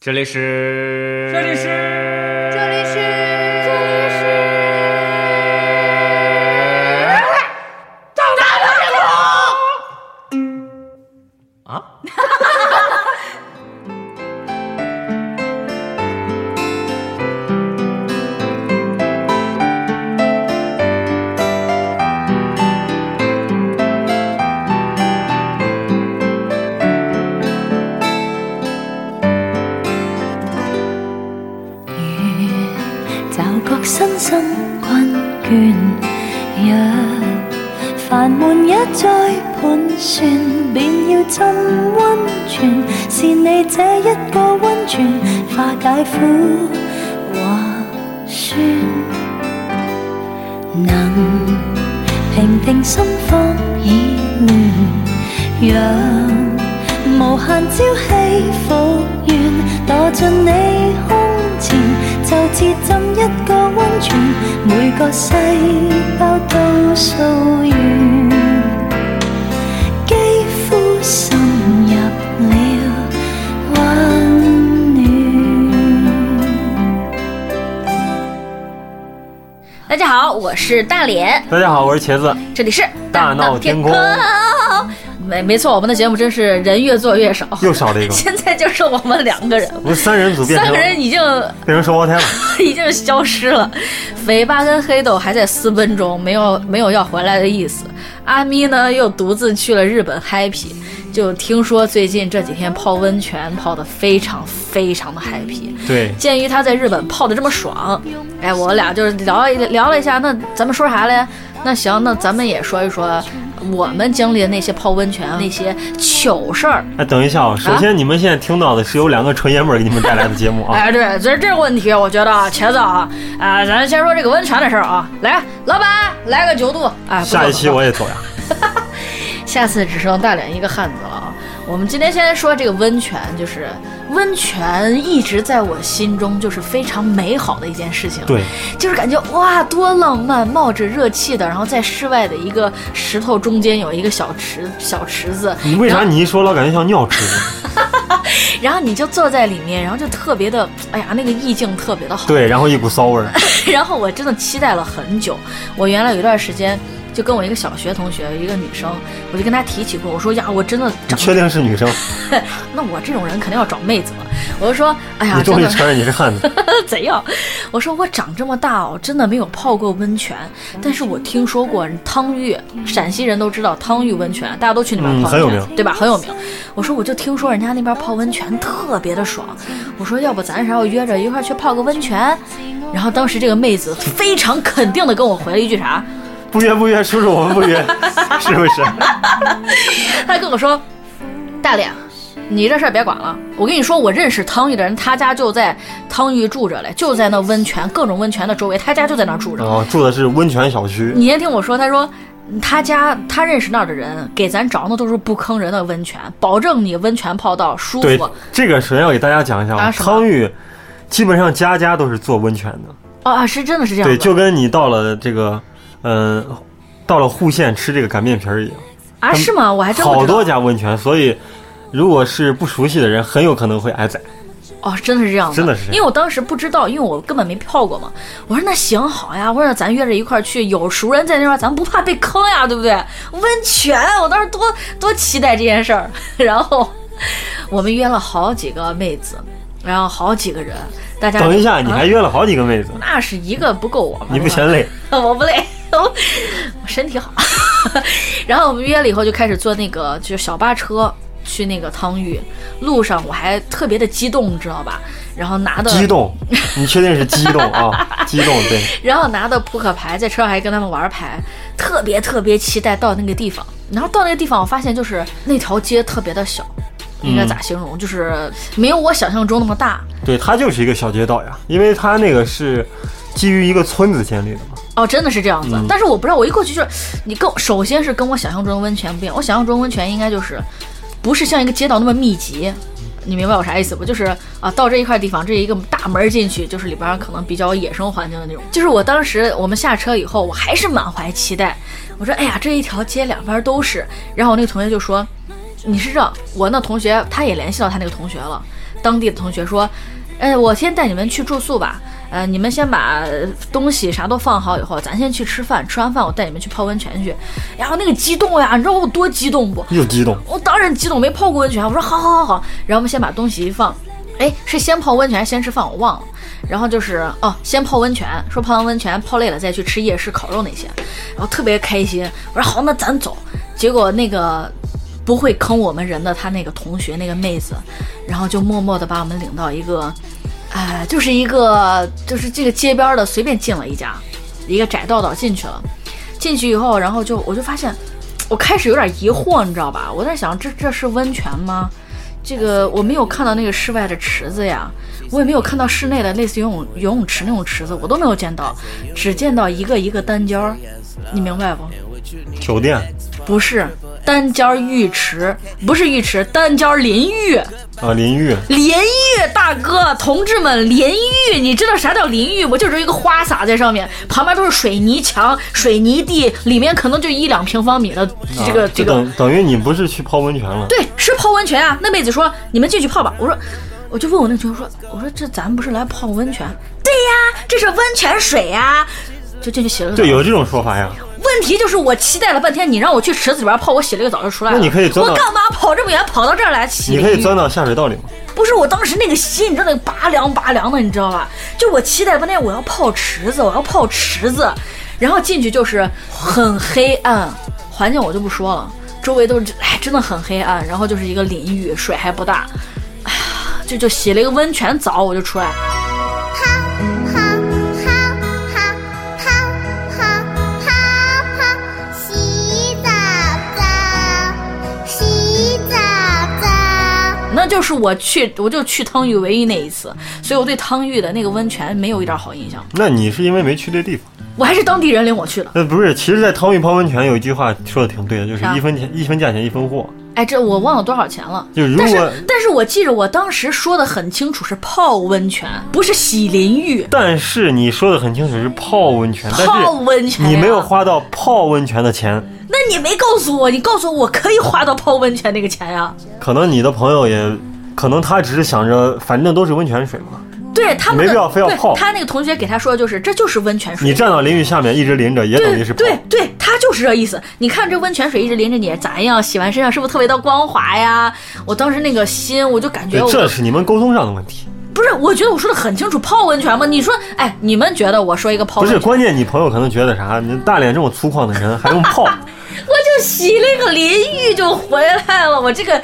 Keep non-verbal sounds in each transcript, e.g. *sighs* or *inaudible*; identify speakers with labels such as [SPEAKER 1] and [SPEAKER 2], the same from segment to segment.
[SPEAKER 1] 这里是，
[SPEAKER 2] 这里是
[SPEAKER 3] 这里是这里是
[SPEAKER 2] 啊，
[SPEAKER 4] 驟覺身心困倦，若煩悶一再盤旋，便要浸温泉。是你這一個温泉，化解苦或酸，能平定心慌意亂，讓無限朝氣復原，墮進你胸前，就似浸一個温泉，每個細胞都掃完。肌膚滲入了温暖。
[SPEAKER 3] 大家好，我是大脸，
[SPEAKER 2] 大家好，我是茄子。
[SPEAKER 3] 这里是
[SPEAKER 2] 大闹天宫
[SPEAKER 3] 没没错，我们的节目真是人越做越少，
[SPEAKER 2] *laughs* 又少了一个
[SPEAKER 3] 现在就剩我们两个人
[SPEAKER 2] *laughs*
[SPEAKER 3] 了，
[SPEAKER 2] 我们三人组变
[SPEAKER 3] 三
[SPEAKER 2] 成
[SPEAKER 3] 个人已经 *laughs*
[SPEAKER 2] 变成双胞胎了。
[SPEAKER 3] 已经消失了，肥八跟黑豆还在私奔中，没有没有要回来的意思。阿咪呢又独自去了日本 happy，就听说最近这几天泡温泉泡的非常非常的 happy。
[SPEAKER 2] 对，
[SPEAKER 3] 鉴于他在日本泡的这么爽，哎，我俩就是聊了一聊了一下，那咱们说啥嘞？那行，那咱们也说一说我们经历的那些泡温泉那些糗事儿。
[SPEAKER 2] 哎，等一下啊，首先你们现在听到的是由两个纯爷们儿给你们带来的节目啊。
[SPEAKER 3] 哎，对，这这个问题，我觉得啊，茄子啊，啊、咱先说这个温泉的事儿啊。来，老板，来个九度。哎，不错
[SPEAKER 2] 下一期
[SPEAKER 3] 不错
[SPEAKER 2] 我也走呀。
[SPEAKER 3] 下次只剩大脸一个汉子了啊！我们今天先说这个温泉，就是温泉一直在我心中就是非常美好的一件事情。
[SPEAKER 2] 对，
[SPEAKER 3] 就是感觉哇，多浪漫，冒着热气的，然后在室外的一个石头中间有一个小池小池子，
[SPEAKER 2] 你为
[SPEAKER 3] 然
[SPEAKER 2] 啥
[SPEAKER 3] 后
[SPEAKER 2] 你一说老感觉像尿池？
[SPEAKER 3] *laughs* 然后你就坐在里面，然后就特别的，哎呀，那个意境特别
[SPEAKER 2] *laughs*
[SPEAKER 3] 的好。
[SPEAKER 2] 对，然后一股骚味儿。
[SPEAKER 3] 然后我真的期待了很久。我原来有一段时间就跟我一个小学同学，一个女生，我就跟她提起过，我说呀，我真的
[SPEAKER 2] 你
[SPEAKER 3] 长，
[SPEAKER 2] 确定是女
[SPEAKER 3] *laughs* 啊
[SPEAKER 2] 生？
[SPEAKER 3] 那我这种人肯定要找妹子了。我就说，哎呀，
[SPEAKER 2] 你
[SPEAKER 3] 真
[SPEAKER 2] 终于
[SPEAKER 3] 的
[SPEAKER 2] 承认你是汉子。
[SPEAKER 3] *laughs* 怎样？我说我长这么大哦，真的没有泡过温泉，但是我听说过汤浴，陕西人都知道汤浴温泉，大家都去那边
[SPEAKER 2] 嗯
[SPEAKER 3] 泡温泉，
[SPEAKER 2] 很有名
[SPEAKER 3] 对吧？很有名。我说我就听说人家那边泡温泉特别的爽，我说要不咱啥时候约着一块儿去泡个温泉？然后当时这个妹子非常肯定的跟我回了一句啥？
[SPEAKER 2] 不约不约，叔叔我们不约， *laughs* 是
[SPEAKER 3] *laughs*
[SPEAKER 2] 不是？
[SPEAKER 3] 她跟我说，大脸。你这事儿别管了，我跟你说，我认识汤浴的人，他家就在汤浴住着嘞，就在那温泉各种温泉的周围，他家就在那儿住着。
[SPEAKER 2] 然后哦住的是温泉小区，
[SPEAKER 3] 你先听我说，他说他家他认识那儿的人给咱找那都是不坑人的温泉，保证你温泉泡到舒
[SPEAKER 2] 对
[SPEAKER 3] 服。，哦
[SPEAKER 2] 这个首先要给大家讲一下，
[SPEAKER 3] 啊
[SPEAKER 2] 啊，
[SPEAKER 3] 什么
[SPEAKER 2] 汤浴基本上家家都是做温泉的，
[SPEAKER 3] 哦啊，是真的是这样
[SPEAKER 2] 对，
[SPEAKER 3] 子。
[SPEAKER 2] 就跟你到了这个，嗯、到了户县吃这个擀面皮儿一样，
[SPEAKER 3] 啊，是吗？我还真不知道
[SPEAKER 2] 好多家温泉，所以如果是不熟悉的人，很有可能会挨宰。
[SPEAKER 3] 哦，真的是这样子，
[SPEAKER 2] 真的是这样
[SPEAKER 3] 因为我当时不知道，因为我根本没泡过嘛。我说那行好呀，我说咱约着一块儿去，有熟人在那块儿，咱不怕被坑呀，对不对？温泉，我当时多多期待这件事儿。 *laughs* 然后我们约了好几个妹子，然后好几个人，大家
[SPEAKER 2] 等一下，你还
[SPEAKER 3] 啊
[SPEAKER 2] 约了好几个妹子，
[SPEAKER 3] 那是一个不够我们，
[SPEAKER 2] 你不
[SPEAKER 3] 对吧
[SPEAKER 2] 嫌累？
[SPEAKER 3] *laughs* 我不累，我身体好。 *laughs* 然后我们约了以后就开始坐那个就是小巴车去那个汤浴，路上我还特别的激动，你知道吧？然后拿的
[SPEAKER 2] 激动，你确定是激动啊？ *laughs* 激动，对，
[SPEAKER 3] 然后拿的扑克牌，在车上还跟他们玩牌，特别特别期待到那个地方。然后到那个地方，我发现就是那条街特别的小，应
[SPEAKER 2] 嗯
[SPEAKER 3] 该咋形容？就是没有我想象中那么大。
[SPEAKER 2] 对，它就是一个小街道呀，因为它那个是基于一个村子建立的嘛。
[SPEAKER 3] 哦，真的是这样
[SPEAKER 2] 嗯
[SPEAKER 3] 子。但是我不知道，我一过去就是你跟我首先是跟我想象中的温泉不一样。我想象中温泉应该就是不是像一个街道那么密集，你明白我啥意思不？就是啊，到这一块地方，这一个大门进去，就是里边儿可能比较野生环境的那种。就是我当时我们下车以后，我还是满怀期待。我说，哎呀，这一条街两边都是。然后我那个同学就说，你是这，我那同学他也联系到他那个同学了。当地的同学说，哎，我先带你们去住宿吧，呃，你们先把呃东西啥都放好以后，咱先去吃饭，吃完饭我带你们去泡温泉去。然后那个激动呀，你知道我有多激动不？
[SPEAKER 2] 又激动，
[SPEAKER 3] 我当然激动，没泡过温泉。我说好好好好，然后我们先把东西一放，哎，是先泡温泉还是先吃饭？我忘了。然后就是哦，先泡温泉，说泡完温泉泡累了再去吃夜市烤肉那些，然后特别开心。我说好，那咱走。结果那个不会坑我们人的他那个同学那个妹子，然后就默默的把我们领到一个，哎、就是一个就是这个街边儿的随便进了一家，一个窄道道进去了。进去以后，然后就我就发现，我开始有点疑惑，你知道吧？我在想，这这是温泉吗？这个我没有看到那个室外的池子呀，我也没有看到室内的类似游泳游泳池那种池子，我都没有见到，只见到一个一个单间儿，你明白不？
[SPEAKER 2] 酒店
[SPEAKER 3] 不是单间儿浴池，不是浴池，单间儿淋浴，
[SPEAKER 2] 啊，淋浴，
[SPEAKER 3] 淋浴，大哥，同志们，淋浴，你知道啥叫淋浴吗？就是一个花洒在上面，旁边都是水泥墙、水泥地，里面可能就一两平方米的这个、
[SPEAKER 2] 啊就
[SPEAKER 3] 这个
[SPEAKER 2] 等等于你不是去泡温泉了，
[SPEAKER 3] 对，是泡温泉啊。那妹子说你们进去泡吧。我说，我就问我那个同学说，我说这咱不是来泡温泉？啊对呀，这是温泉水呀、就进去洗了个澡。
[SPEAKER 2] 对，有这种说法呀，
[SPEAKER 3] 问题就是我期待了半天，你让我去池子里边泡，我洗了个澡就出来了。
[SPEAKER 2] 那你可以钻
[SPEAKER 3] 我
[SPEAKER 2] 到
[SPEAKER 3] 干嘛跑这么远跑到这儿来洗？
[SPEAKER 2] 你可以钻到下水道里吗？
[SPEAKER 3] 不是我当时那个心，你知道那个拔凉拔凉的，你知道吧？就我期待半天，我要泡池子，我要泡池子，然后进去就是很黑暗，环境我就不说了，周围都是哎真的很黑暗，然后就是一个淋浴，水还不大， *sighs* 哎呀，就就洗了一个温泉澡，我就出来了。
[SPEAKER 1] 泡泡泡泡泡泡泡，洗澡澡，洗澡澡，
[SPEAKER 3] 那就是我去，我就去汤浴唯一那一次，所以我对汤浴的那个温泉没有一点好印象。
[SPEAKER 2] 那你是因为没去对地方？
[SPEAKER 3] 我还是当地人领我去的。
[SPEAKER 2] 那呃不是，其实，在汤浴泡温泉有一句话说的挺对的，就是
[SPEAKER 3] 啥
[SPEAKER 2] 一分钱一分价钱一分货，
[SPEAKER 3] 哎，这我忘了多少钱了。
[SPEAKER 2] 就如
[SPEAKER 3] 但
[SPEAKER 2] 果
[SPEAKER 3] 是，但是我记着我当时说的很清楚，是泡温泉，不是洗淋浴。
[SPEAKER 2] 但是你说的很清楚是泡温泉，
[SPEAKER 3] 泡温泉
[SPEAKER 2] 但
[SPEAKER 3] 呀
[SPEAKER 2] 是你没有花到泡温泉的钱，
[SPEAKER 3] 那你没告诉我，你告诉我我可以花到泡温泉那个钱啊呀、
[SPEAKER 2] 可能你的朋友也，可能他只是想着反正都是温泉水嘛，
[SPEAKER 3] 对他们的
[SPEAKER 2] 没必要非要
[SPEAKER 3] 对
[SPEAKER 2] 泡
[SPEAKER 3] 他那个同学给他说的就是，这就是温泉水。
[SPEAKER 2] 你站到淋浴下面一直淋着也等于
[SPEAKER 3] 对
[SPEAKER 2] 是泡。
[SPEAKER 3] 对对，他就是这意思。你看这温泉水一直淋着你，咋样？洗完身上是不是特别的光滑呀？我当时那个心，我就感觉
[SPEAKER 2] 对
[SPEAKER 3] 我
[SPEAKER 2] 这是你们沟通上的问题，
[SPEAKER 3] 不是，我觉得我说的很清楚，泡温泉吗？你说，哎，你们觉得我说一个泡
[SPEAKER 2] 不
[SPEAKER 3] 温
[SPEAKER 2] 是
[SPEAKER 3] 泉，
[SPEAKER 2] 关键。你朋友可能觉得啥？你大脸这么粗犷的人还用 *laughs* 泡？
[SPEAKER 3] 我就洗了个淋浴就回来了。我这个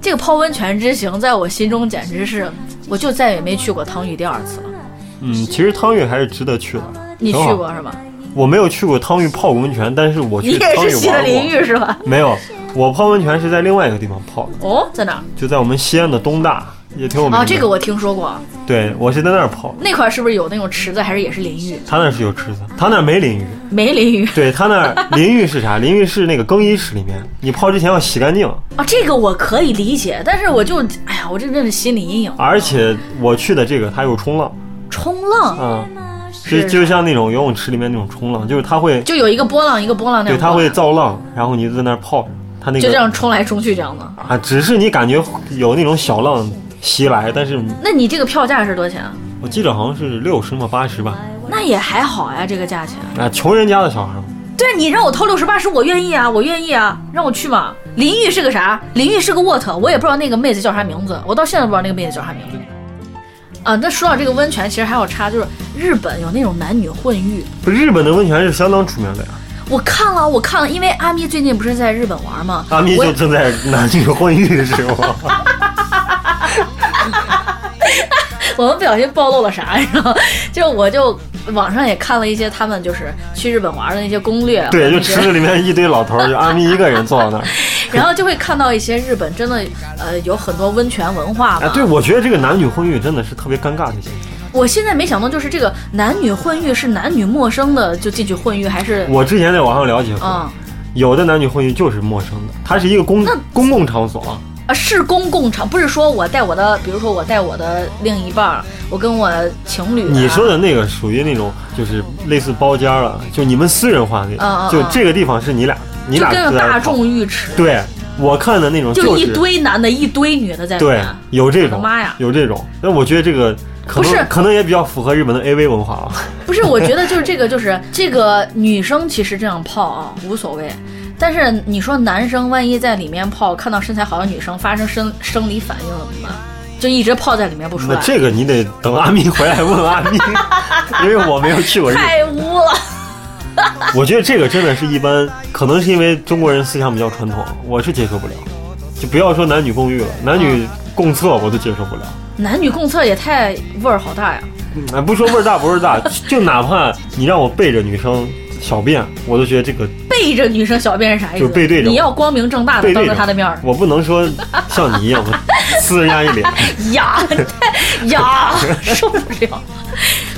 [SPEAKER 3] 这个泡温泉之行，在我心中简直是，我就再也没去过汤浴第二次了。
[SPEAKER 2] 嗯，其实汤浴还是值得去的。
[SPEAKER 3] 你
[SPEAKER 2] 挺好
[SPEAKER 3] 去过是吧？
[SPEAKER 2] 我没有去过汤浴泡过温泉，但是我
[SPEAKER 3] 你
[SPEAKER 2] 哦去
[SPEAKER 3] 也
[SPEAKER 2] 汤
[SPEAKER 3] 是
[SPEAKER 2] 浴
[SPEAKER 3] 洗了
[SPEAKER 2] 玩
[SPEAKER 3] 淋
[SPEAKER 2] 过。
[SPEAKER 3] 浴是吧？
[SPEAKER 2] 没有，我泡温泉是在另外一个地方泡的，
[SPEAKER 3] 哦，在哪儿？
[SPEAKER 2] 就在我们西安的东大，也挺有名的。
[SPEAKER 3] 啊，这个我听说过，
[SPEAKER 2] 对我是在那儿泡的。
[SPEAKER 3] 那块儿是不是有那种池子，还是也是淋浴？
[SPEAKER 2] 他那是有池子，他那没淋浴。
[SPEAKER 3] 没淋浴
[SPEAKER 2] 对他那儿淋浴是
[SPEAKER 3] *laughs*
[SPEAKER 2] 啥？淋浴是那个更衣室里面，你泡之前要洗干净。
[SPEAKER 3] 啊，这个我可以理解，但是我就，哎呀，我这真是心理阴影。
[SPEAKER 2] 而且我去的这个，它有冲浪，
[SPEAKER 3] 冲浪
[SPEAKER 2] 嗯，
[SPEAKER 3] 是
[SPEAKER 2] 就就像那种游泳池里面那种冲浪，就是它会，
[SPEAKER 3] 就有一个波浪，一个波浪那
[SPEAKER 2] 对，
[SPEAKER 3] 样，
[SPEAKER 2] 它会造浪，然后你就在那儿泡，它那
[SPEAKER 3] 就这
[SPEAKER 2] 个
[SPEAKER 3] 样冲来冲去这样的。
[SPEAKER 2] 啊，只是你感觉有那种小浪袭来，但是
[SPEAKER 3] 那你这个票价是多少钱啊？
[SPEAKER 2] 我记得好像是六十嘛，八十吧。
[SPEAKER 3] 那也还好呀，这个价钱。
[SPEAKER 2] 啊，穷人家的小孩嘛，
[SPEAKER 3] 对你让我掏六十八十，我愿意啊，我愿意啊，让我去嘛。淋浴是个啥？淋浴是个 what？我也不知道那个妹子叫啥名字，我到现在都不知道那个妹子叫啥名字。啊，那说到这个温泉，其实还有差，就是日本有那种男女混浴。
[SPEAKER 2] 不，日本的温泉是相当出名的呀。
[SPEAKER 3] 我看了，我看了，因为阿咪最近不是在日本玩吗？
[SPEAKER 2] 阿咪
[SPEAKER 3] 我
[SPEAKER 2] 就正
[SPEAKER 3] *laughs*
[SPEAKER 2] 在男女混浴是吗？
[SPEAKER 3] 我们不小心暴露了啥， *laughs* 然后就我就网上也看了一些他们就是去日本玩的那些攻略，啊
[SPEAKER 2] 对，就
[SPEAKER 3] 那些
[SPEAKER 2] 池子里面一堆老头儿，就阿咪一个人坐到那儿。
[SPEAKER 3] 然后就会看到一些日本真的呃有很多温泉文化嘛。
[SPEAKER 2] 哎，对，我觉得这个男女混浴真的是特别尴尬的一件事。
[SPEAKER 3] 我现在没想到，就是这个男女混浴是男女陌生的就进去混浴，还是
[SPEAKER 2] 我之前在网上了解过，
[SPEAKER 3] 嗯
[SPEAKER 2] 有的男女混浴就是陌生的，它是一个公
[SPEAKER 3] 那
[SPEAKER 2] 公共场所啊。
[SPEAKER 3] 啊是公共场，不是说我带我的，比如说我带我的另一半儿，我跟我情侣、啊，
[SPEAKER 2] 你说的那个属于那种就是类似包间儿了，就你们私人化那
[SPEAKER 3] 嗯嗯
[SPEAKER 2] 种，就
[SPEAKER 3] 嗯
[SPEAKER 2] 这个地方是你俩，你
[SPEAKER 3] 就
[SPEAKER 2] 俩
[SPEAKER 3] 跟
[SPEAKER 2] 自
[SPEAKER 3] 个
[SPEAKER 2] 然
[SPEAKER 3] 大
[SPEAKER 2] 泡
[SPEAKER 3] 众浴池，
[SPEAKER 2] 对，我看的那种
[SPEAKER 3] 就是一堆男的，一堆女的在里
[SPEAKER 2] 对
[SPEAKER 3] 面。
[SPEAKER 2] 有这
[SPEAKER 3] 我
[SPEAKER 2] 种
[SPEAKER 3] 的妈呀
[SPEAKER 2] 有这种，但我觉得这个可
[SPEAKER 3] 不是
[SPEAKER 2] 能可能也比较符合日本的 AV 文化啊。
[SPEAKER 3] 不是，我觉得就是这个，就是这个女生其实这样泡啊无所谓，但是你说男生万一在里面泡，看到身材好的女生发生生生理反应怎么办？就一直泡在里面不出
[SPEAKER 2] 那
[SPEAKER 3] 来，
[SPEAKER 2] 这个你得等阿咪回来问阿
[SPEAKER 3] *laughs*
[SPEAKER 2] 咪，因为我没有去过日本。
[SPEAKER 3] 太污了。
[SPEAKER 2] 我觉得这个真的是一般，可能是因为中国人思想比较传统，我是接受不了。就不要说男女共浴了，男女共厕我都接受不了。
[SPEAKER 3] 男女共厕也太味儿好大呀！
[SPEAKER 2] 嗯，不说味儿大不味儿大，就哪怕你让我背着女生小便，我都觉得这个
[SPEAKER 3] 背着女生小便是啥意思？
[SPEAKER 2] 就背对着
[SPEAKER 3] 你要光明正大的
[SPEAKER 2] 背
[SPEAKER 3] 当
[SPEAKER 2] 对
[SPEAKER 3] 着
[SPEAKER 2] 着
[SPEAKER 3] 她
[SPEAKER 2] *laughs*
[SPEAKER 3] 的面儿
[SPEAKER 2] 我不能说像你一样
[SPEAKER 3] *laughs*
[SPEAKER 2] 我呲人家一脸。
[SPEAKER 3] 呀，太呀， *laughs* 受不了。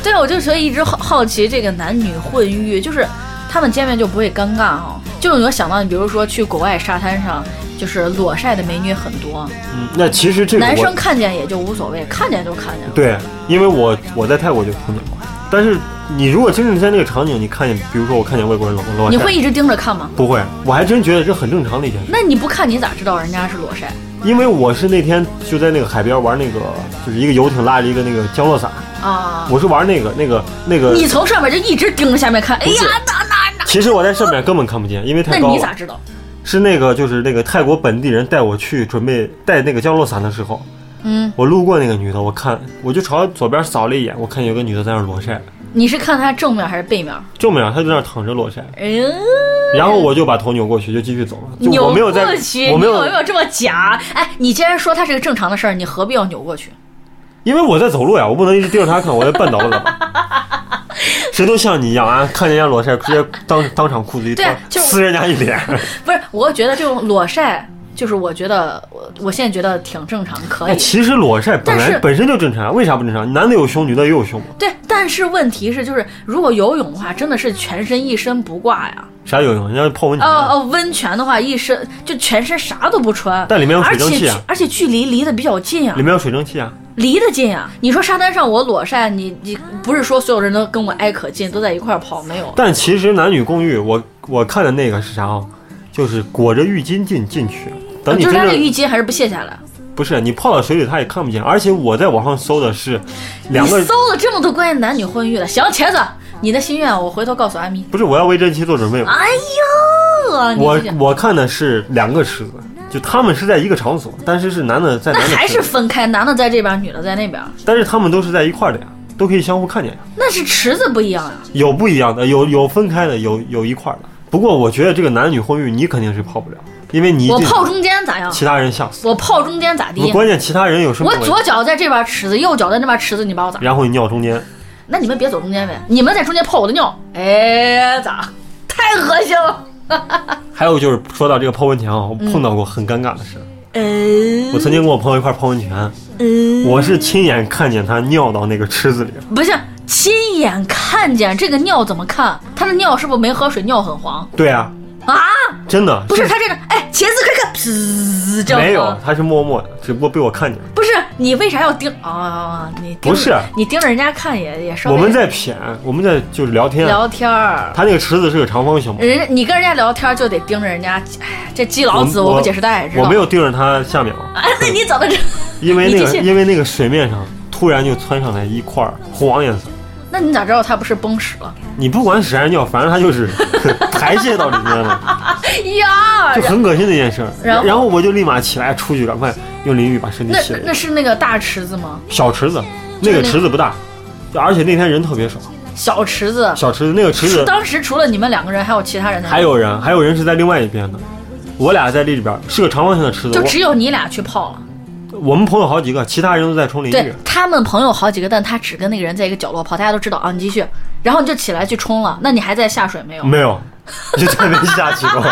[SPEAKER 3] 对啊，我就所以一直好好奇这个男女混浴，就是他们见面就不会尴尬啊、就有想到你，比如说去国外沙滩上，就是裸晒的美女很多，
[SPEAKER 2] 嗯，那其实这个
[SPEAKER 3] 男
[SPEAKER 2] 我
[SPEAKER 3] 生看见也就无所谓，看见就看见了。
[SPEAKER 2] 对，因为我我在泰国就碰见过，但是你如果真正在那个场景，你看见，比如说我看见外国人裸裸
[SPEAKER 3] 你
[SPEAKER 2] 晒
[SPEAKER 3] 会一直盯着看吗？
[SPEAKER 2] 不会？我还真觉得这很正常的一件事。
[SPEAKER 3] 那你不看你咋知道人家是裸晒？
[SPEAKER 2] 因为我是那天就在那个海边玩那个，就是一个游艇拉着一个那个降落伞，
[SPEAKER 3] 啊？
[SPEAKER 2] 我是玩那个那个那个。
[SPEAKER 3] 你从上面就一直盯着下面看，哎呀，那那那，
[SPEAKER 2] 其实我在上面根本看不见，因为太
[SPEAKER 3] 那
[SPEAKER 2] 高
[SPEAKER 3] 你咋
[SPEAKER 2] 了。
[SPEAKER 3] 知道？
[SPEAKER 2] 是那个就是那个泰国本地人带我去准备带那个降落伞的时候，
[SPEAKER 3] 嗯，
[SPEAKER 2] 我路过那个女的，我看我就朝左边扫了一眼，我看有个女的在那儿裸晒，
[SPEAKER 3] 你是看他正面还是背面？
[SPEAKER 2] 正面她就在那儿躺着裸晒，
[SPEAKER 3] 嗯。
[SPEAKER 2] 然后我就把头扭过去就继续走了，就我没有在
[SPEAKER 3] 扭过去，
[SPEAKER 2] 我没有
[SPEAKER 3] 你有没有这么假？哎，你既然说它是个正常的事儿，你何必要扭过去？
[SPEAKER 2] 因为我在走路呀，我不能一直盯着她看，我要绊倒了怎么办？ *laughs* 谁都像你一样啊，看人家裸晒，直接当当场裤子一
[SPEAKER 3] 对
[SPEAKER 2] 脱
[SPEAKER 3] 啊，就
[SPEAKER 2] 撕人家一脸。
[SPEAKER 3] 不是，我觉得这种裸晒，就是我觉得我我现在觉得挺正常，可
[SPEAKER 2] 哎，
[SPEAKER 3] 以。
[SPEAKER 2] 其实裸晒本
[SPEAKER 3] 但是
[SPEAKER 2] 来本身就正常，为啥不正常？男的有胸，女的也有胸嘛。
[SPEAKER 3] 对，但是问题是，就是如果游泳的话，真的是全身一身不挂呀。
[SPEAKER 2] 啥有用？人家泡温泉啊
[SPEAKER 3] 呃
[SPEAKER 2] 呢。
[SPEAKER 3] 呃，温泉的话，一身就全身啥都不穿，
[SPEAKER 2] 但里面有水蒸气啊
[SPEAKER 3] 而且距而且距离离得比较近啊
[SPEAKER 2] 里，面有水蒸气啊，
[SPEAKER 3] 离得近啊。你说沙滩上我裸晒，你你不是说所有人都跟我挨可近，都在一块儿跑没有？
[SPEAKER 2] 但其实男女共浴，我我看的那个是啥啊？就是裹着浴巾进进去，啊等你
[SPEAKER 3] 哦就
[SPEAKER 2] 真
[SPEAKER 3] 是他那
[SPEAKER 2] 正
[SPEAKER 3] 个浴巾还是不卸下来。
[SPEAKER 2] 不是你泡到水里，他也看不见。而且我在网上搜的是两个
[SPEAKER 3] 你，搜了这么多关于男女婚育的，行，茄子，你的心愿我回头告诉阿咪。
[SPEAKER 2] 不是我要为这期做准备嘛。
[SPEAKER 3] 哎呦，你
[SPEAKER 2] 我
[SPEAKER 3] 这
[SPEAKER 2] 我看的是两个池子，就他们是在一个场所，但是是男的在
[SPEAKER 3] 那
[SPEAKER 2] 男的
[SPEAKER 3] 还
[SPEAKER 2] 池
[SPEAKER 3] 是
[SPEAKER 2] 子，
[SPEAKER 3] 分开，男的在这边，女的在那边，
[SPEAKER 2] 但是他们都是在一块儿的呀，都可以相互看见呀。
[SPEAKER 3] 那是池子不一样啊呀、
[SPEAKER 2] 有不一样的，有有分开的，有有一块儿的。不过我觉得这个男女混浴你肯定是泡不了，因为你一
[SPEAKER 3] 我
[SPEAKER 2] 进
[SPEAKER 3] 泡中间咋样？
[SPEAKER 2] 其他人吓死。
[SPEAKER 3] 我泡中间咋
[SPEAKER 2] 不
[SPEAKER 3] 地？
[SPEAKER 2] 关键其他人有什么
[SPEAKER 3] 我
[SPEAKER 2] 问题？
[SPEAKER 3] 左脚在这边池子，右脚在那边池子，你把我咋？
[SPEAKER 2] 然后你尿中间，
[SPEAKER 3] 那你们别走中间呗，你们在中间泡我的尿，哎，咋？太恶心了。
[SPEAKER 2] 还有就是说到这个泡温泉啊，我碰到过很尴尬的事。
[SPEAKER 3] 嗯
[SPEAKER 2] 我曾经跟我朋友一块泡温泉，
[SPEAKER 3] 嗯，
[SPEAKER 2] 我是亲眼看见他尿到那个池子里了。
[SPEAKER 3] 不是亲眼看见这个尿怎么看？他的尿是不是没喝水，尿很黄
[SPEAKER 2] 对啊，
[SPEAKER 3] 啊？
[SPEAKER 2] 真的
[SPEAKER 3] 不是他这个，哎，茄子快看，噗，这样
[SPEAKER 2] 没有
[SPEAKER 3] 吗，
[SPEAKER 2] 他是默默的，只不过被我看见。了。
[SPEAKER 3] 不是你为啥要盯啊？你盯着
[SPEAKER 2] 不是
[SPEAKER 3] 你盯着人家看也也稍微
[SPEAKER 2] 我们在谝，我们在就是聊天。啊
[SPEAKER 3] 聊哎天儿，
[SPEAKER 2] 他那个池子是个长方形嘛，
[SPEAKER 3] 人家你跟人家聊天就得盯着人家，哎，这基佬子
[SPEAKER 2] 我
[SPEAKER 3] 不解释大家也知道。
[SPEAKER 2] 我没有盯着他下面啊，
[SPEAKER 3] 哎， *laughs* 那你怎么知？
[SPEAKER 2] 因为
[SPEAKER 3] 你
[SPEAKER 2] 那
[SPEAKER 3] 继
[SPEAKER 2] 个
[SPEAKER 3] 续
[SPEAKER 2] 因为那个水面上突然就窜上来一块儿黄颜色，
[SPEAKER 3] *laughs* 那你咋知道他不是崩屎了？ *laughs*
[SPEAKER 2] 你不管屎还是尿，反正它就是 *laughs* 排泄到里面了。
[SPEAKER 3] *laughs* 哎呀
[SPEAKER 2] 就，很恶心的一件事儿。
[SPEAKER 3] 然后
[SPEAKER 2] 然后我就立马起来出去，赶快用淋浴把身体
[SPEAKER 3] 那
[SPEAKER 2] 洗了一
[SPEAKER 3] 那
[SPEAKER 2] 遍。
[SPEAKER 3] 是那个大池子吗？
[SPEAKER 2] 小池子，那
[SPEAKER 3] 就是
[SPEAKER 2] 个
[SPEAKER 3] 那
[SPEAKER 2] 池子不大，而且那天人特别少。
[SPEAKER 3] 小池子，
[SPEAKER 2] 小池子那个池子
[SPEAKER 3] 当时除了你们两个人，还有其他人在那
[SPEAKER 2] 还有人，还有人是在另外一边的。我俩在这边是个长方形的池子
[SPEAKER 3] 就，只有你俩去泡了。
[SPEAKER 2] 我我们朋友好几个，其他人都在冲淋
[SPEAKER 3] 对
[SPEAKER 2] 浴。
[SPEAKER 3] 他们朋友好几个，但他只跟那个人在一个角落泡，大家都知道啊。你继续，然后你就起来去冲了，那你还在下水没有？
[SPEAKER 2] 没有，就再没下去过。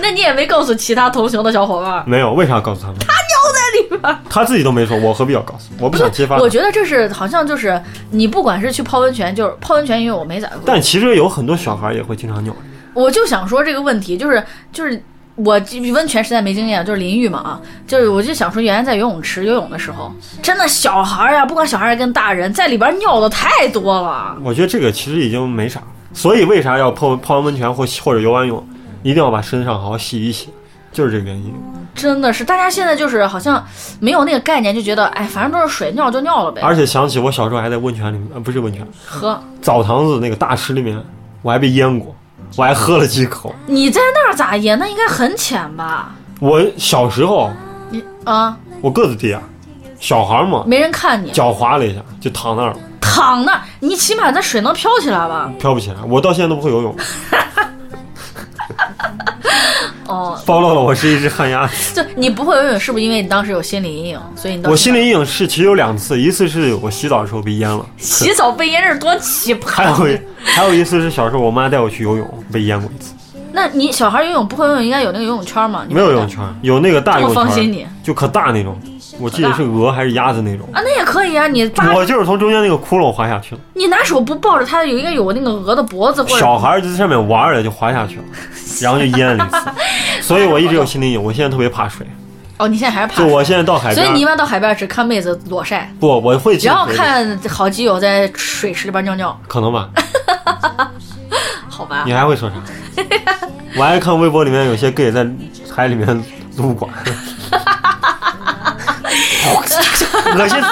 [SPEAKER 3] 那你也没告诉其他同行的小伙伴儿。
[SPEAKER 2] 没有，为啥告诉他们？他尿在里边，他自己都没说，我何必要告诉？我不想揭发。
[SPEAKER 3] 我觉得这是好像就是你不管是去泡温泉，就是泡温泉，因为我没咋过，
[SPEAKER 2] 但其实有很多小孩也会经常尿。
[SPEAKER 3] 我就想说这个问题，就是就是我温泉实在没经验，就是淋浴嘛啊，就是我就想说，原来在游泳池游泳的时候，真的小孩儿呀、不管小孩儿跟大人，在里边尿的太多了。
[SPEAKER 2] 我觉得这个其实已经没啥，所以为啥要泡泡完温泉或或者游完泳，一定要把身上好好洗一洗，就是这个原因。
[SPEAKER 3] 真的是，大家现在就是好像没有那个概念，就觉得哎，反正都是水，尿就尿了呗，
[SPEAKER 2] 而且想起我小时候还在温泉里面，呃，不是温泉，
[SPEAKER 3] 喝。
[SPEAKER 2] 澡堂子那个大池里面，我还被淹过，我还喝了几口。
[SPEAKER 3] 你在那儿咋淹？那应该很浅吧？
[SPEAKER 2] 我小时候
[SPEAKER 3] 你啊，
[SPEAKER 2] 我个子低啊，小孩嘛，
[SPEAKER 3] 没人看你，
[SPEAKER 2] 脚滑了一下就躺那儿了，
[SPEAKER 3] 躺那儿，你起码在水能飘起来吧？
[SPEAKER 2] 飘不起来。我到现在都不会游泳，
[SPEAKER 3] *laughs* 哦，
[SPEAKER 2] 暴露了我是一只旱
[SPEAKER 3] *laughs*
[SPEAKER 2] 鸭子。
[SPEAKER 3] 就你不会游泳，是不是因为你当时有心理阴影，所以你当时
[SPEAKER 2] 我心理阴影是其实有两次，一次是我洗澡的时候被淹了，
[SPEAKER 3] 洗澡被淹这是多奇
[SPEAKER 2] 还
[SPEAKER 3] 葩？
[SPEAKER 2] 有
[SPEAKER 3] *laughs*
[SPEAKER 2] 一还有一次是小时候我妈带我去游泳被淹过一次，
[SPEAKER 3] 那你小孩游泳不会游泳，应该有那个游泳圈吗？你
[SPEAKER 2] 没有游泳圈，有那个大游泳
[SPEAKER 3] 这么
[SPEAKER 2] 圈，
[SPEAKER 3] 放心你
[SPEAKER 2] 就可大那种，我记得是鹅还是鸭子那种。
[SPEAKER 3] 啊，那也可以啊，你扒
[SPEAKER 2] 我就是从中间那个窟窿滑下去了，
[SPEAKER 3] 你拿手不抱着它，有应该有那个鹅的脖子或者
[SPEAKER 2] 小孩就在上面玩儿了，就滑下去
[SPEAKER 3] *laughs*
[SPEAKER 2] 了，然后就淹了一次。所以我一直有心理阴影，我现在特别怕水。
[SPEAKER 3] 哦，你现在还是怕
[SPEAKER 2] 就
[SPEAKER 3] 水，
[SPEAKER 2] 我现在到海
[SPEAKER 3] 所
[SPEAKER 2] 边
[SPEAKER 3] 以
[SPEAKER 2] 儿，
[SPEAKER 3] 你一般到海边只看妹子裸晒，
[SPEAKER 2] 不，我会
[SPEAKER 3] 只
[SPEAKER 2] 进
[SPEAKER 3] 要
[SPEAKER 2] 水里
[SPEAKER 3] 看好基友在水池里边尿尿，
[SPEAKER 2] 可能吧？
[SPEAKER 3] 好吧
[SPEAKER 2] 你？还会说
[SPEAKER 3] *laughs*
[SPEAKER 2] 啥？我还看微博里面有些 gay 在海里面撸
[SPEAKER 3] *laughs*
[SPEAKER 2] 管，恶心死。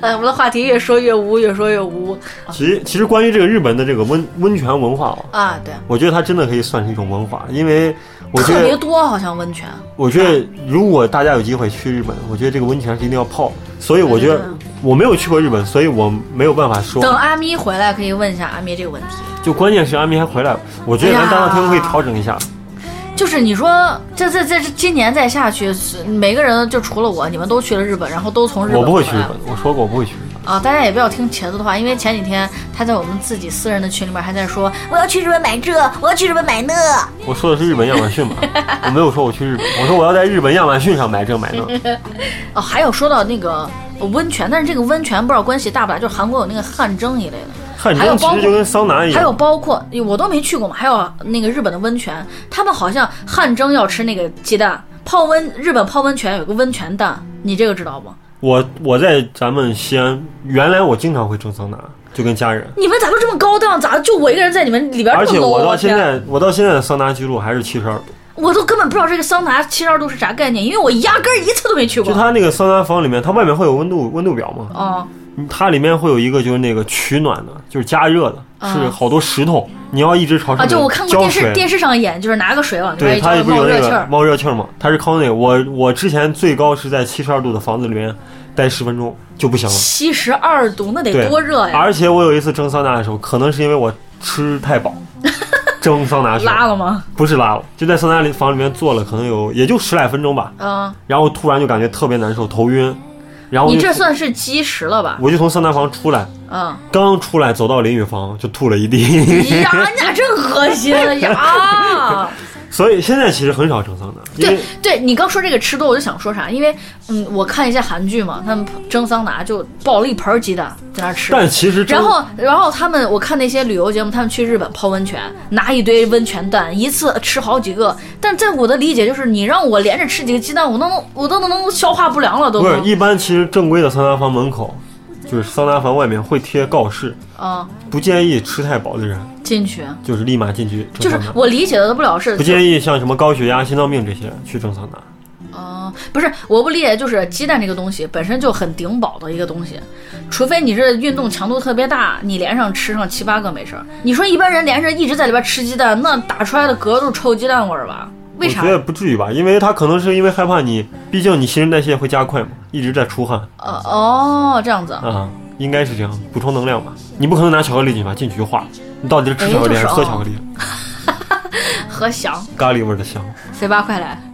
[SPEAKER 3] 呃，我们的话题越说越污，越说越污
[SPEAKER 2] 其实，其实关于这个日本的这个温温泉文化哦，
[SPEAKER 3] 啊！对，
[SPEAKER 2] 我觉得它真的可以算是一种文化，因为我觉
[SPEAKER 3] 特别
[SPEAKER 2] 得，
[SPEAKER 3] 多，好像温泉。
[SPEAKER 2] 我觉得如果大家有机会去日本，我觉得这个温泉是一定要泡。所以我觉得
[SPEAKER 3] 嗯
[SPEAKER 2] 我没有去过日本，所以我没有办法说。
[SPEAKER 3] 等阿咪回来可以问一下阿咪这个问题，
[SPEAKER 2] 就关键是阿咪还回来，我觉得咱大家厅可以调整一下。
[SPEAKER 3] 就是你说这这这这今年再下去，是每个人就除了我，你们都去了日本，然后都从日本
[SPEAKER 2] 我不会去
[SPEAKER 3] 回
[SPEAKER 2] 日
[SPEAKER 3] 来了
[SPEAKER 2] 本，我说过我不会去日本。
[SPEAKER 3] 啊，大家也不要听茄子的话，因为前几天他在我们自己私人的群里面还在说我要去日本买这，我要去日本买那。
[SPEAKER 2] 我说的是日本亚马
[SPEAKER 3] *laughs*
[SPEAKER 2] 逊嘛，我没有说我去日本，我说我要在日本亚马逊上买这买那。
[SPEAKER 3] 哦，还有说到那个温泉，但是这个温泉不知道关系大不大，就是韩国有那个汗蒸一类的，
[SPEAKER 2] 汗
[SPEAKER 3] *laughs* 还有
[SPEAKER 2] 蒸其
[SPEAKER 3] 包
[SPEAKER 2] 实就跟桑拿一
[SPEAKER 3] 还有
[SPEAKER 2] 样，
[SPEAKER 3] 包括我都没去过嘛，还有那个日本的温泉，他们好像汗蒸要吃那个鸡蛋泡温，日本泡温泉有个温泉蛋，你这个知道不？
[SPEAKER 2] 我我在咱们西安，原来我经常会蒸桑拿，就跟家人。
[SPEAKER 3] 你们咋都这么高档？咋就我一个人在你们里边
[SPEAKER 2] 而
[SPEAKER 3] 这
[SPEAKER 2] 且
[SPEAKER 3] 么 low？
[SPEAKER 2] 我到
[SPEAKER 3] 天
[SPEAKER 2] 现在，我到现在的桑拿记录还是七十二度，
[SPEAKER 3] 我都根本不知道这个桑拿七十二度是啥概念，因为我压根儿一次都没去
[SPEAKER 2] 就
[SPEAKER 3] 过。
[SPEAKER 2] 它那个桑拿房里面，它外面会有温度温度表嘛，
[SPEAKER 3] 哦，
[SPEAKER 2] 它里面会有一个就是那个取暖的，就是加热的，是好多石头，你要一直朝上
[SPEAKER 3] 啊，
[SPEAKER 2] 面
[SPEAKER 3] 就我看过
[SPEAKER 2] 浇
[SPEAKER 3] 电视
[SPEAKER 2] 水
[SPEAKER 3] 电视上演，就是拿个水往里边
[SPEAKER 2] 对，
[SPEAKER 3] 一
[SPEAKER 2] 它
[SPEAKER 3] 浇，
[SPEAKER 2] 也不是
[SPEAKER 3] 冒
[SPEAKER 2] 有那
[SPEAKER 3] 热气
[SPEAKER 2] 个
[SPEAKER 3] 儿。
[SPEAKER 2] 冒热气儿嘛，它是靠那个。我我之前最高是在七十二度的房子里面待十分钟就不行了，
[SPEAKER 3] 七十二度，那
[SPEAKER 2] 对
[SPEAKER 3] 得多热呀！
[SPEAKER 2] 而且我有一次蒸桑拿的时候，可能是因为我吃太
[SPEAKER 3] *laughs*
[SPEAKER 2] 饱，蒸桑拿的时候
[SPEAKER 3] 拉了吗？
[SPEAKER 2] 不是拉了，就在桑拿里房里面坐了，可能有也就十来分钟吧，
[SPEAKER 3] 嗯，
[SPEAKER 2] 然后突然就感觉特别难受，头晕，然后我
[SPEAKER 3] 你
[SPEAKER 2] 就
[SPEAKER 3] 这算是基石了吧？
[SPEAKER 2] 我就从桑拿房出来，
[SPEAKER 3] *laughs* 嗯，
[SPEAKER 2] 刚出来走到淋浴房就吐了一地，
[SPEAKER 3] 哎呀，你咋这恶心啊 *laughs* 呀？
[SPEAKER 2] *laughs* 所以现在其实很少蒸桑拿，因
[SPEAKER 3] 对
[SPEAKER 2] 为
[SPEAKER 3] 对，你刚说这个吃多，我就想说啥，因为嗯，我看一些韩剧嘛，他们蒸桑拿就爆了一盆儿鸡蛋在那儿吃。
[SPEAKER 2] 但其实蒸
[SPEAKER 3] 然后，然后他们，我看那些旅游节目，他们去日本泡温泉，拿一堆温泉蛋，一次吃好几个。但在我的理解就是，你让我连着吃几个鸡蛋，我都能，我都能消化不良了，都
[SPEAKER 2] 不是一般，其实正规的桑拿房门口，就是桑拿房外面会贴告示，
[SPEAKER 3] 啊、
[SPEAKER 2] 不建议吃太饱的人
[SPEAKER 3] 进去。
[SPEAKER 2] 就是立马进去
[SPEAKER 3] 就
[SPEAKER 2] 蒸
[SPEAKER 3] 是
[SPEAKER 2] 桑拿，
[SPEAKER 3] 我理解的不了是
[SPEAKER 2] 不建议像什么高血压、心脏病这些去蒸桑拿。
[SPEAKER 3] 哦，不是，我不理解，就是鸡蛋这个东西本身就很顶饱的一个东西，除非你是运动强度特别大，你连上吃上七八个没事儿。你说一般人连着一直在里边吃鸡蛋，那打出来的嗝都是臭鸡蛋味儿吧？为啥
[SPEAKER 2] 我觉？得不至于吧，因为他可能是因为害怕你，毕竟你新陈代谢会加快嘛，一直在出汗
[SPEAKER 3] 呃，哦，这样子。
[SPEAKER 2] 啊，应该是这样，补充能量吧。你不可能拿巧克力进去吧，进去就化了。你到底是
[SPEAKER 3] 哎
[SPEAKER 2] 吃巧克力还是
[SPEAKER 3] 哦
[SPEAKER 2] 喝巧克力？
[SPEAKER 3] 何翔，
[SPEAKER 2] 咖喱味儿的香。
[SPEAKER 3] 肥八快来。
[SPEAKER 2] 嗯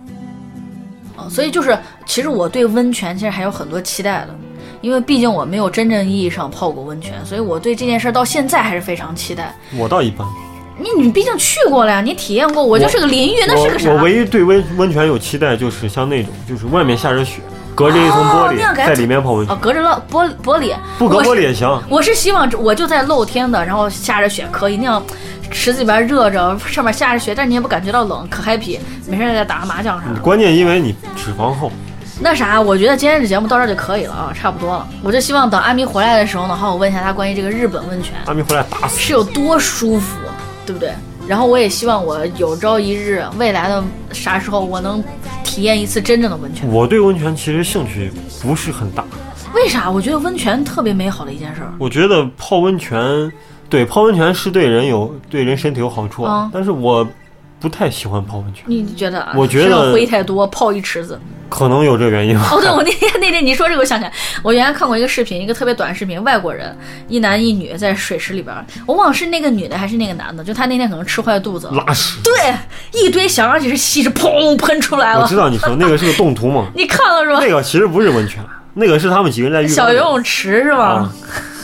[SPEAKER 3] 哦，所以就是，其实我对温泉其实还有很多期待的，因为毕竟我没有真正意义上泡过温泉，所以我对这件事儿到现在还是非常期待。
[SPEAKER 2] 我倒一般，
[SPEAKER 3] 你你毕竟去过了呀，你体验过，我就是个淋浴，那是个啥？
[SPEAKER 2] 我我唯一对温温泉有期待就是像那种，就是外面下着雪，隔着一层玻
[SPEAKER 3] 哦
[SPEAKER 2] 璃
[SPEAKER 3] 那样，感觉
[SPEAKER 2] 在里面泡温泉
[SPEAKER 3] 啊，。隔着了玻玻璃，
[SPEAKER 2] 不隔玻璃也
[SPEAKER 3] 我是。
[SPEAKER 2] 行。
[SPEAKER 3] 我是希望我就在露天的，然后下着雪可以那样，池子里边热着，上面下着雪，但是你也不感觉到冷，可 happy，没事儿再打个麻将啥的。
[SPEAKER 2] 关键因为你脂肪厚，
[SPEAKER 3] 那啥，我觉得今天这节目到这儿就可以了啊，差不多了。我就希望等阿咪回来的时候呢，好好问一下他关于这个日本温泉
[SPEAKER 2] 阿咪回来打死
[SPEAKER 3] 是有多舒服，对不对？然后我也希望我有朝一日，未来的啥时候我能体验一次真正的温泉。
[SPEAKER 2] 我对温泉其实兴趣不是很大，
[SPEAKER 3] 为啥？我觉得温泉特别美好的一件事儿。
[SPEAKER 2] 我觉得泡温泉，对泡温泉是对人有对人身体有好处啊，
[SPEAKER 3] 嗯
[SPEAKER 2] 但是我不太喜欢泡温泉，
[SPEAKER 3] 你觉得啊？
[SPEAKER 2] 我觉得
[SPEAKER 3] 身上灰太多，泡一池子。
[SPEAKER 2] 可能有这原因吧。
[SPEAKER 3] 哦，对，我那天那天你说这个，我想起来，我原来看过一个视频，一个特别短视频，外国人一男一女在水池里边儿，我忘了是那个女的还是那个男的，就他那天可能吃坏肚子，了，
[SPEAKER 2] *laughs* 拉屎，
[SPEAKER 3] 对，啊一堆翔，而且是稀释，砰喷出来
[SPEAKER 2] 我
[SPEAKER 3] 了，
[SPEAKER 2] 知。道你说那个是个动图嘛
[SPEAKER 3] *laughs* 你看了是吧？
[SPEAKER 2] 那个其实不是温泉，那个是他们几个人在浴缸
[SPEAKER 3] 小
[SPEAKER 2] 里
[SPEAKER 3] 游泳池是吧
[SPEAKER 2] 啊？
[SPEAKER 3] *laughs*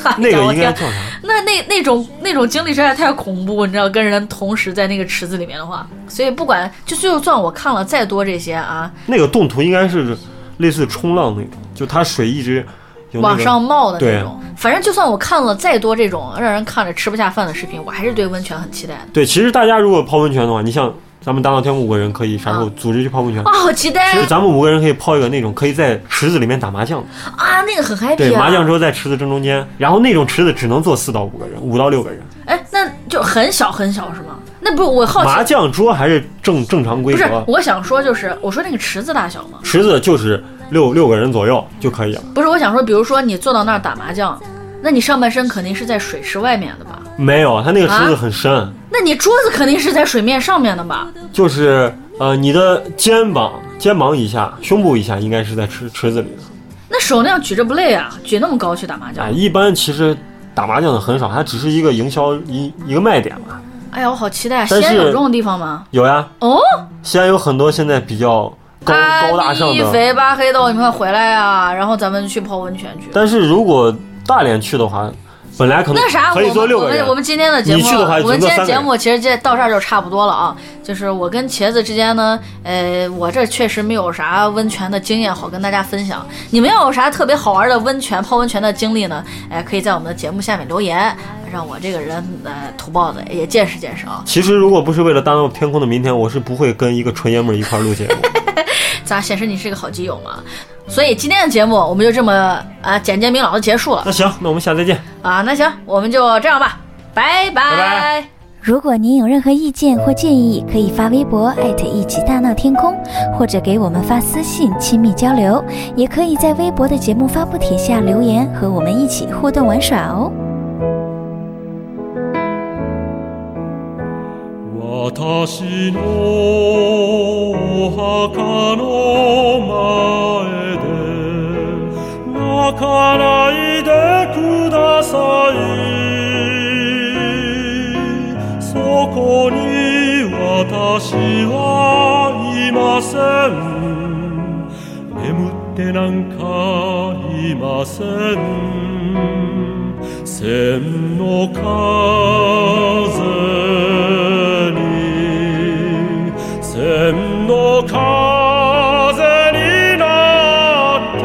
[SPEAKER 3] 哎呀
[SPEAKER 2] 那个
[SPEAKER 3] 我
[SPEAKER 2] 应该
[SPEAKER 3] 天
[SPEAKER 2] 叫啥？
[SPEAKER 3] 那那那种那种经历实在太恐怖，你知道，跟人同时在那个池子里面的话，所以不管就就算我看了再多这些啊，
[SPEAKER 2] 那个动图应该是类似冲浪那种，就它水一直有、那个、
[SPEAKER 3] 往上冒的那
[SPEAKER 2] 对
[SPEAKER 3] 种，反正就算我看了再多这种让人看着吃不下饭的视频，我还是对温泉很期待的
[SPEAKER 2] 对，其实大家如果泡温泉的话，你像咱们大闹天宫五个人可以啥时候组织去泡温泉？
[SPEAKER 3] 啊、好期待
[SPEAKER 2] 其实咱们五个人可以泡一个那种可以在池子里面打麻将的，
[SPEAKER 3] 啊！那个很 happy 啊，
[SPEAKER 2] 对，麻将桌在池子正中间，然后那种池子只能坐四到五个人，五到六个人。
[SPEAKER 3] 哎，那就很小很小是吗？那不是我好
[SPEAKER 2] 麻
[SPEAKER 3] 奇，
[SPEAKER 2] 将桌还是正正常规
[SPEAKER 3] 不是
[SPEAKER 2] 格，
[SPEAKER 3] 我想说就是我说那个池子大小嘛，
[SPEAKER 2] 池子就是六六个人左右就可以了。
[SPEAKER 3] 不是我想说，比如说你坐到那儿打麻将，那你上半身肯定是在水池外面的吧？
[SPEAKER 2] 没有，它那个池子
[SPEAKER 3] 啊
[SPEAKER 2] 很深，
[SPEAKER 3] 那你桌子肯定是在水面上面的吧？
[SPEAKER 2] 就是呃你的肩膀肩膀以下、胸部以下应该是在池池子里的。
[SPEAKER 3] 那手那样举着不累啊？举那么高去打麻
[SPEAKER 2] 啊，
[SPEAKER 3] 将？
[SPEAKER 2] 一般其实打麻将的很少，它只是一个营销一一个卖点嘛。
[SPEAKER 3] 哎呀，我好期待！西
[SPEAKER 2] 但是
[SPEAKER 3] 安有这种地方吗？
[SPEAKER 2] 有呀，
[SPEAKER 3] 哦，
[SPEAKER 2] 西安有很多现在比较高、
[SPEAKER 3] 啊
[SPEAKER 2] 高大上
[SPEAKER 3] 你
[SPEAKER 2] 的，
[SPEAKER 3] 肥八黑豆，你快回来啊！然后咱们去泡温泉去。
[SPEAKER 2] 但是如果大连去的话，本来可能
[SPEAKER 3] 那啥，我
[SPEAKER 2] 可以
[SPEAKER 3] 们
[SPEAKER 2] 坐六
[SPEAKER 3] 我
[SPEAKER 2] 个人
[SPEAKER 3] 们我，们今天的节目，
[SPEAKER 2] 你去的话
[SPEAKER 3] 我们
[SPEAKER 2] 只能坐
[SPEAKER 3] 今
[SPEAKER 2] 三
[SPEAKER 3] 天
[SPEAKER 2] 个
[SPEAKER 3] 节
[SPEAKER 2] 人
[SPEAKER 3] 目其实这到这儿就差不多了啊。就是我跟茄子之间呢，呃，我这确实没有啥温泉的经验好跟大家分享。你们要有啥特别好玩的温泉泡温泉的经历呢？哎、可以在我们的节目下面留言，让我这个人呃土包子也见识见识啊。
[SPEAKER 2] 其实如果不是为了大闹天宫的明天，我是不会跟一个纯爷们儿一块儿录节目。
[SPEAKER 3] 咱显示你是个好基友嘛。所以今天的节目我们就这么啊简洁明了的结束了
[SPEAKER 2] *laughs* 那行，那我们下次再见。
[SPEAKER 3] 啊。那行，我们就这样吧，拜
[SPEAKER 2] 拜拜
[SPEAKER 5] 如果您有任何意见或建议，可以发微博艾特一起大闹天宫，或者给我们发私信亲密交流，也可以在微博的节目发布帖下留言，和我们一起互动玩耍哦。
[SPEAKER 6] 私のお墓の前で泣かないでくださいそこに私はいません眠ってなんかいません千の風に千の風になって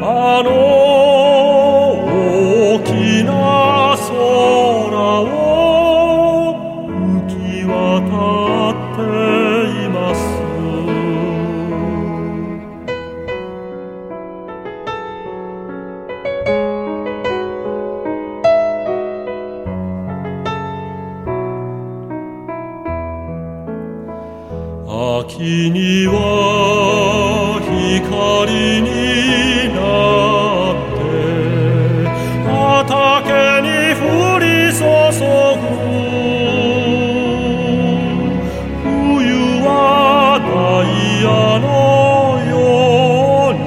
[SPEAKER 6] あの大きな空を浮き渡っています秋には光になって畑に降り注ぐ冬はダイヤのように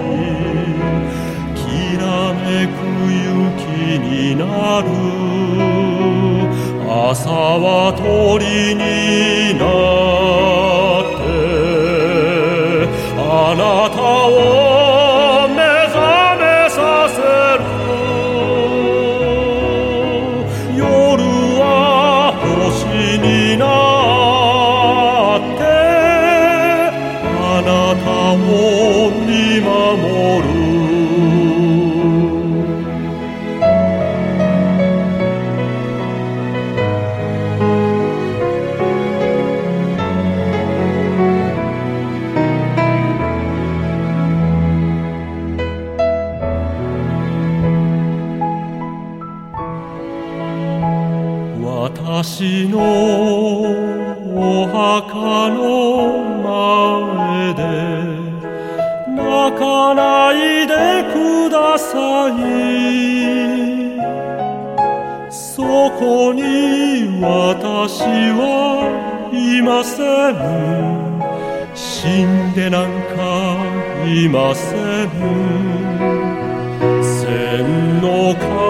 [SPEAKER 6] きらめく雪になる朝は鳥になってあなたを目覚めさせる夜は星になってあなたを見守る私私のお墓の前で泣かないでくださいそこに私はいません死んでなんかいません千の風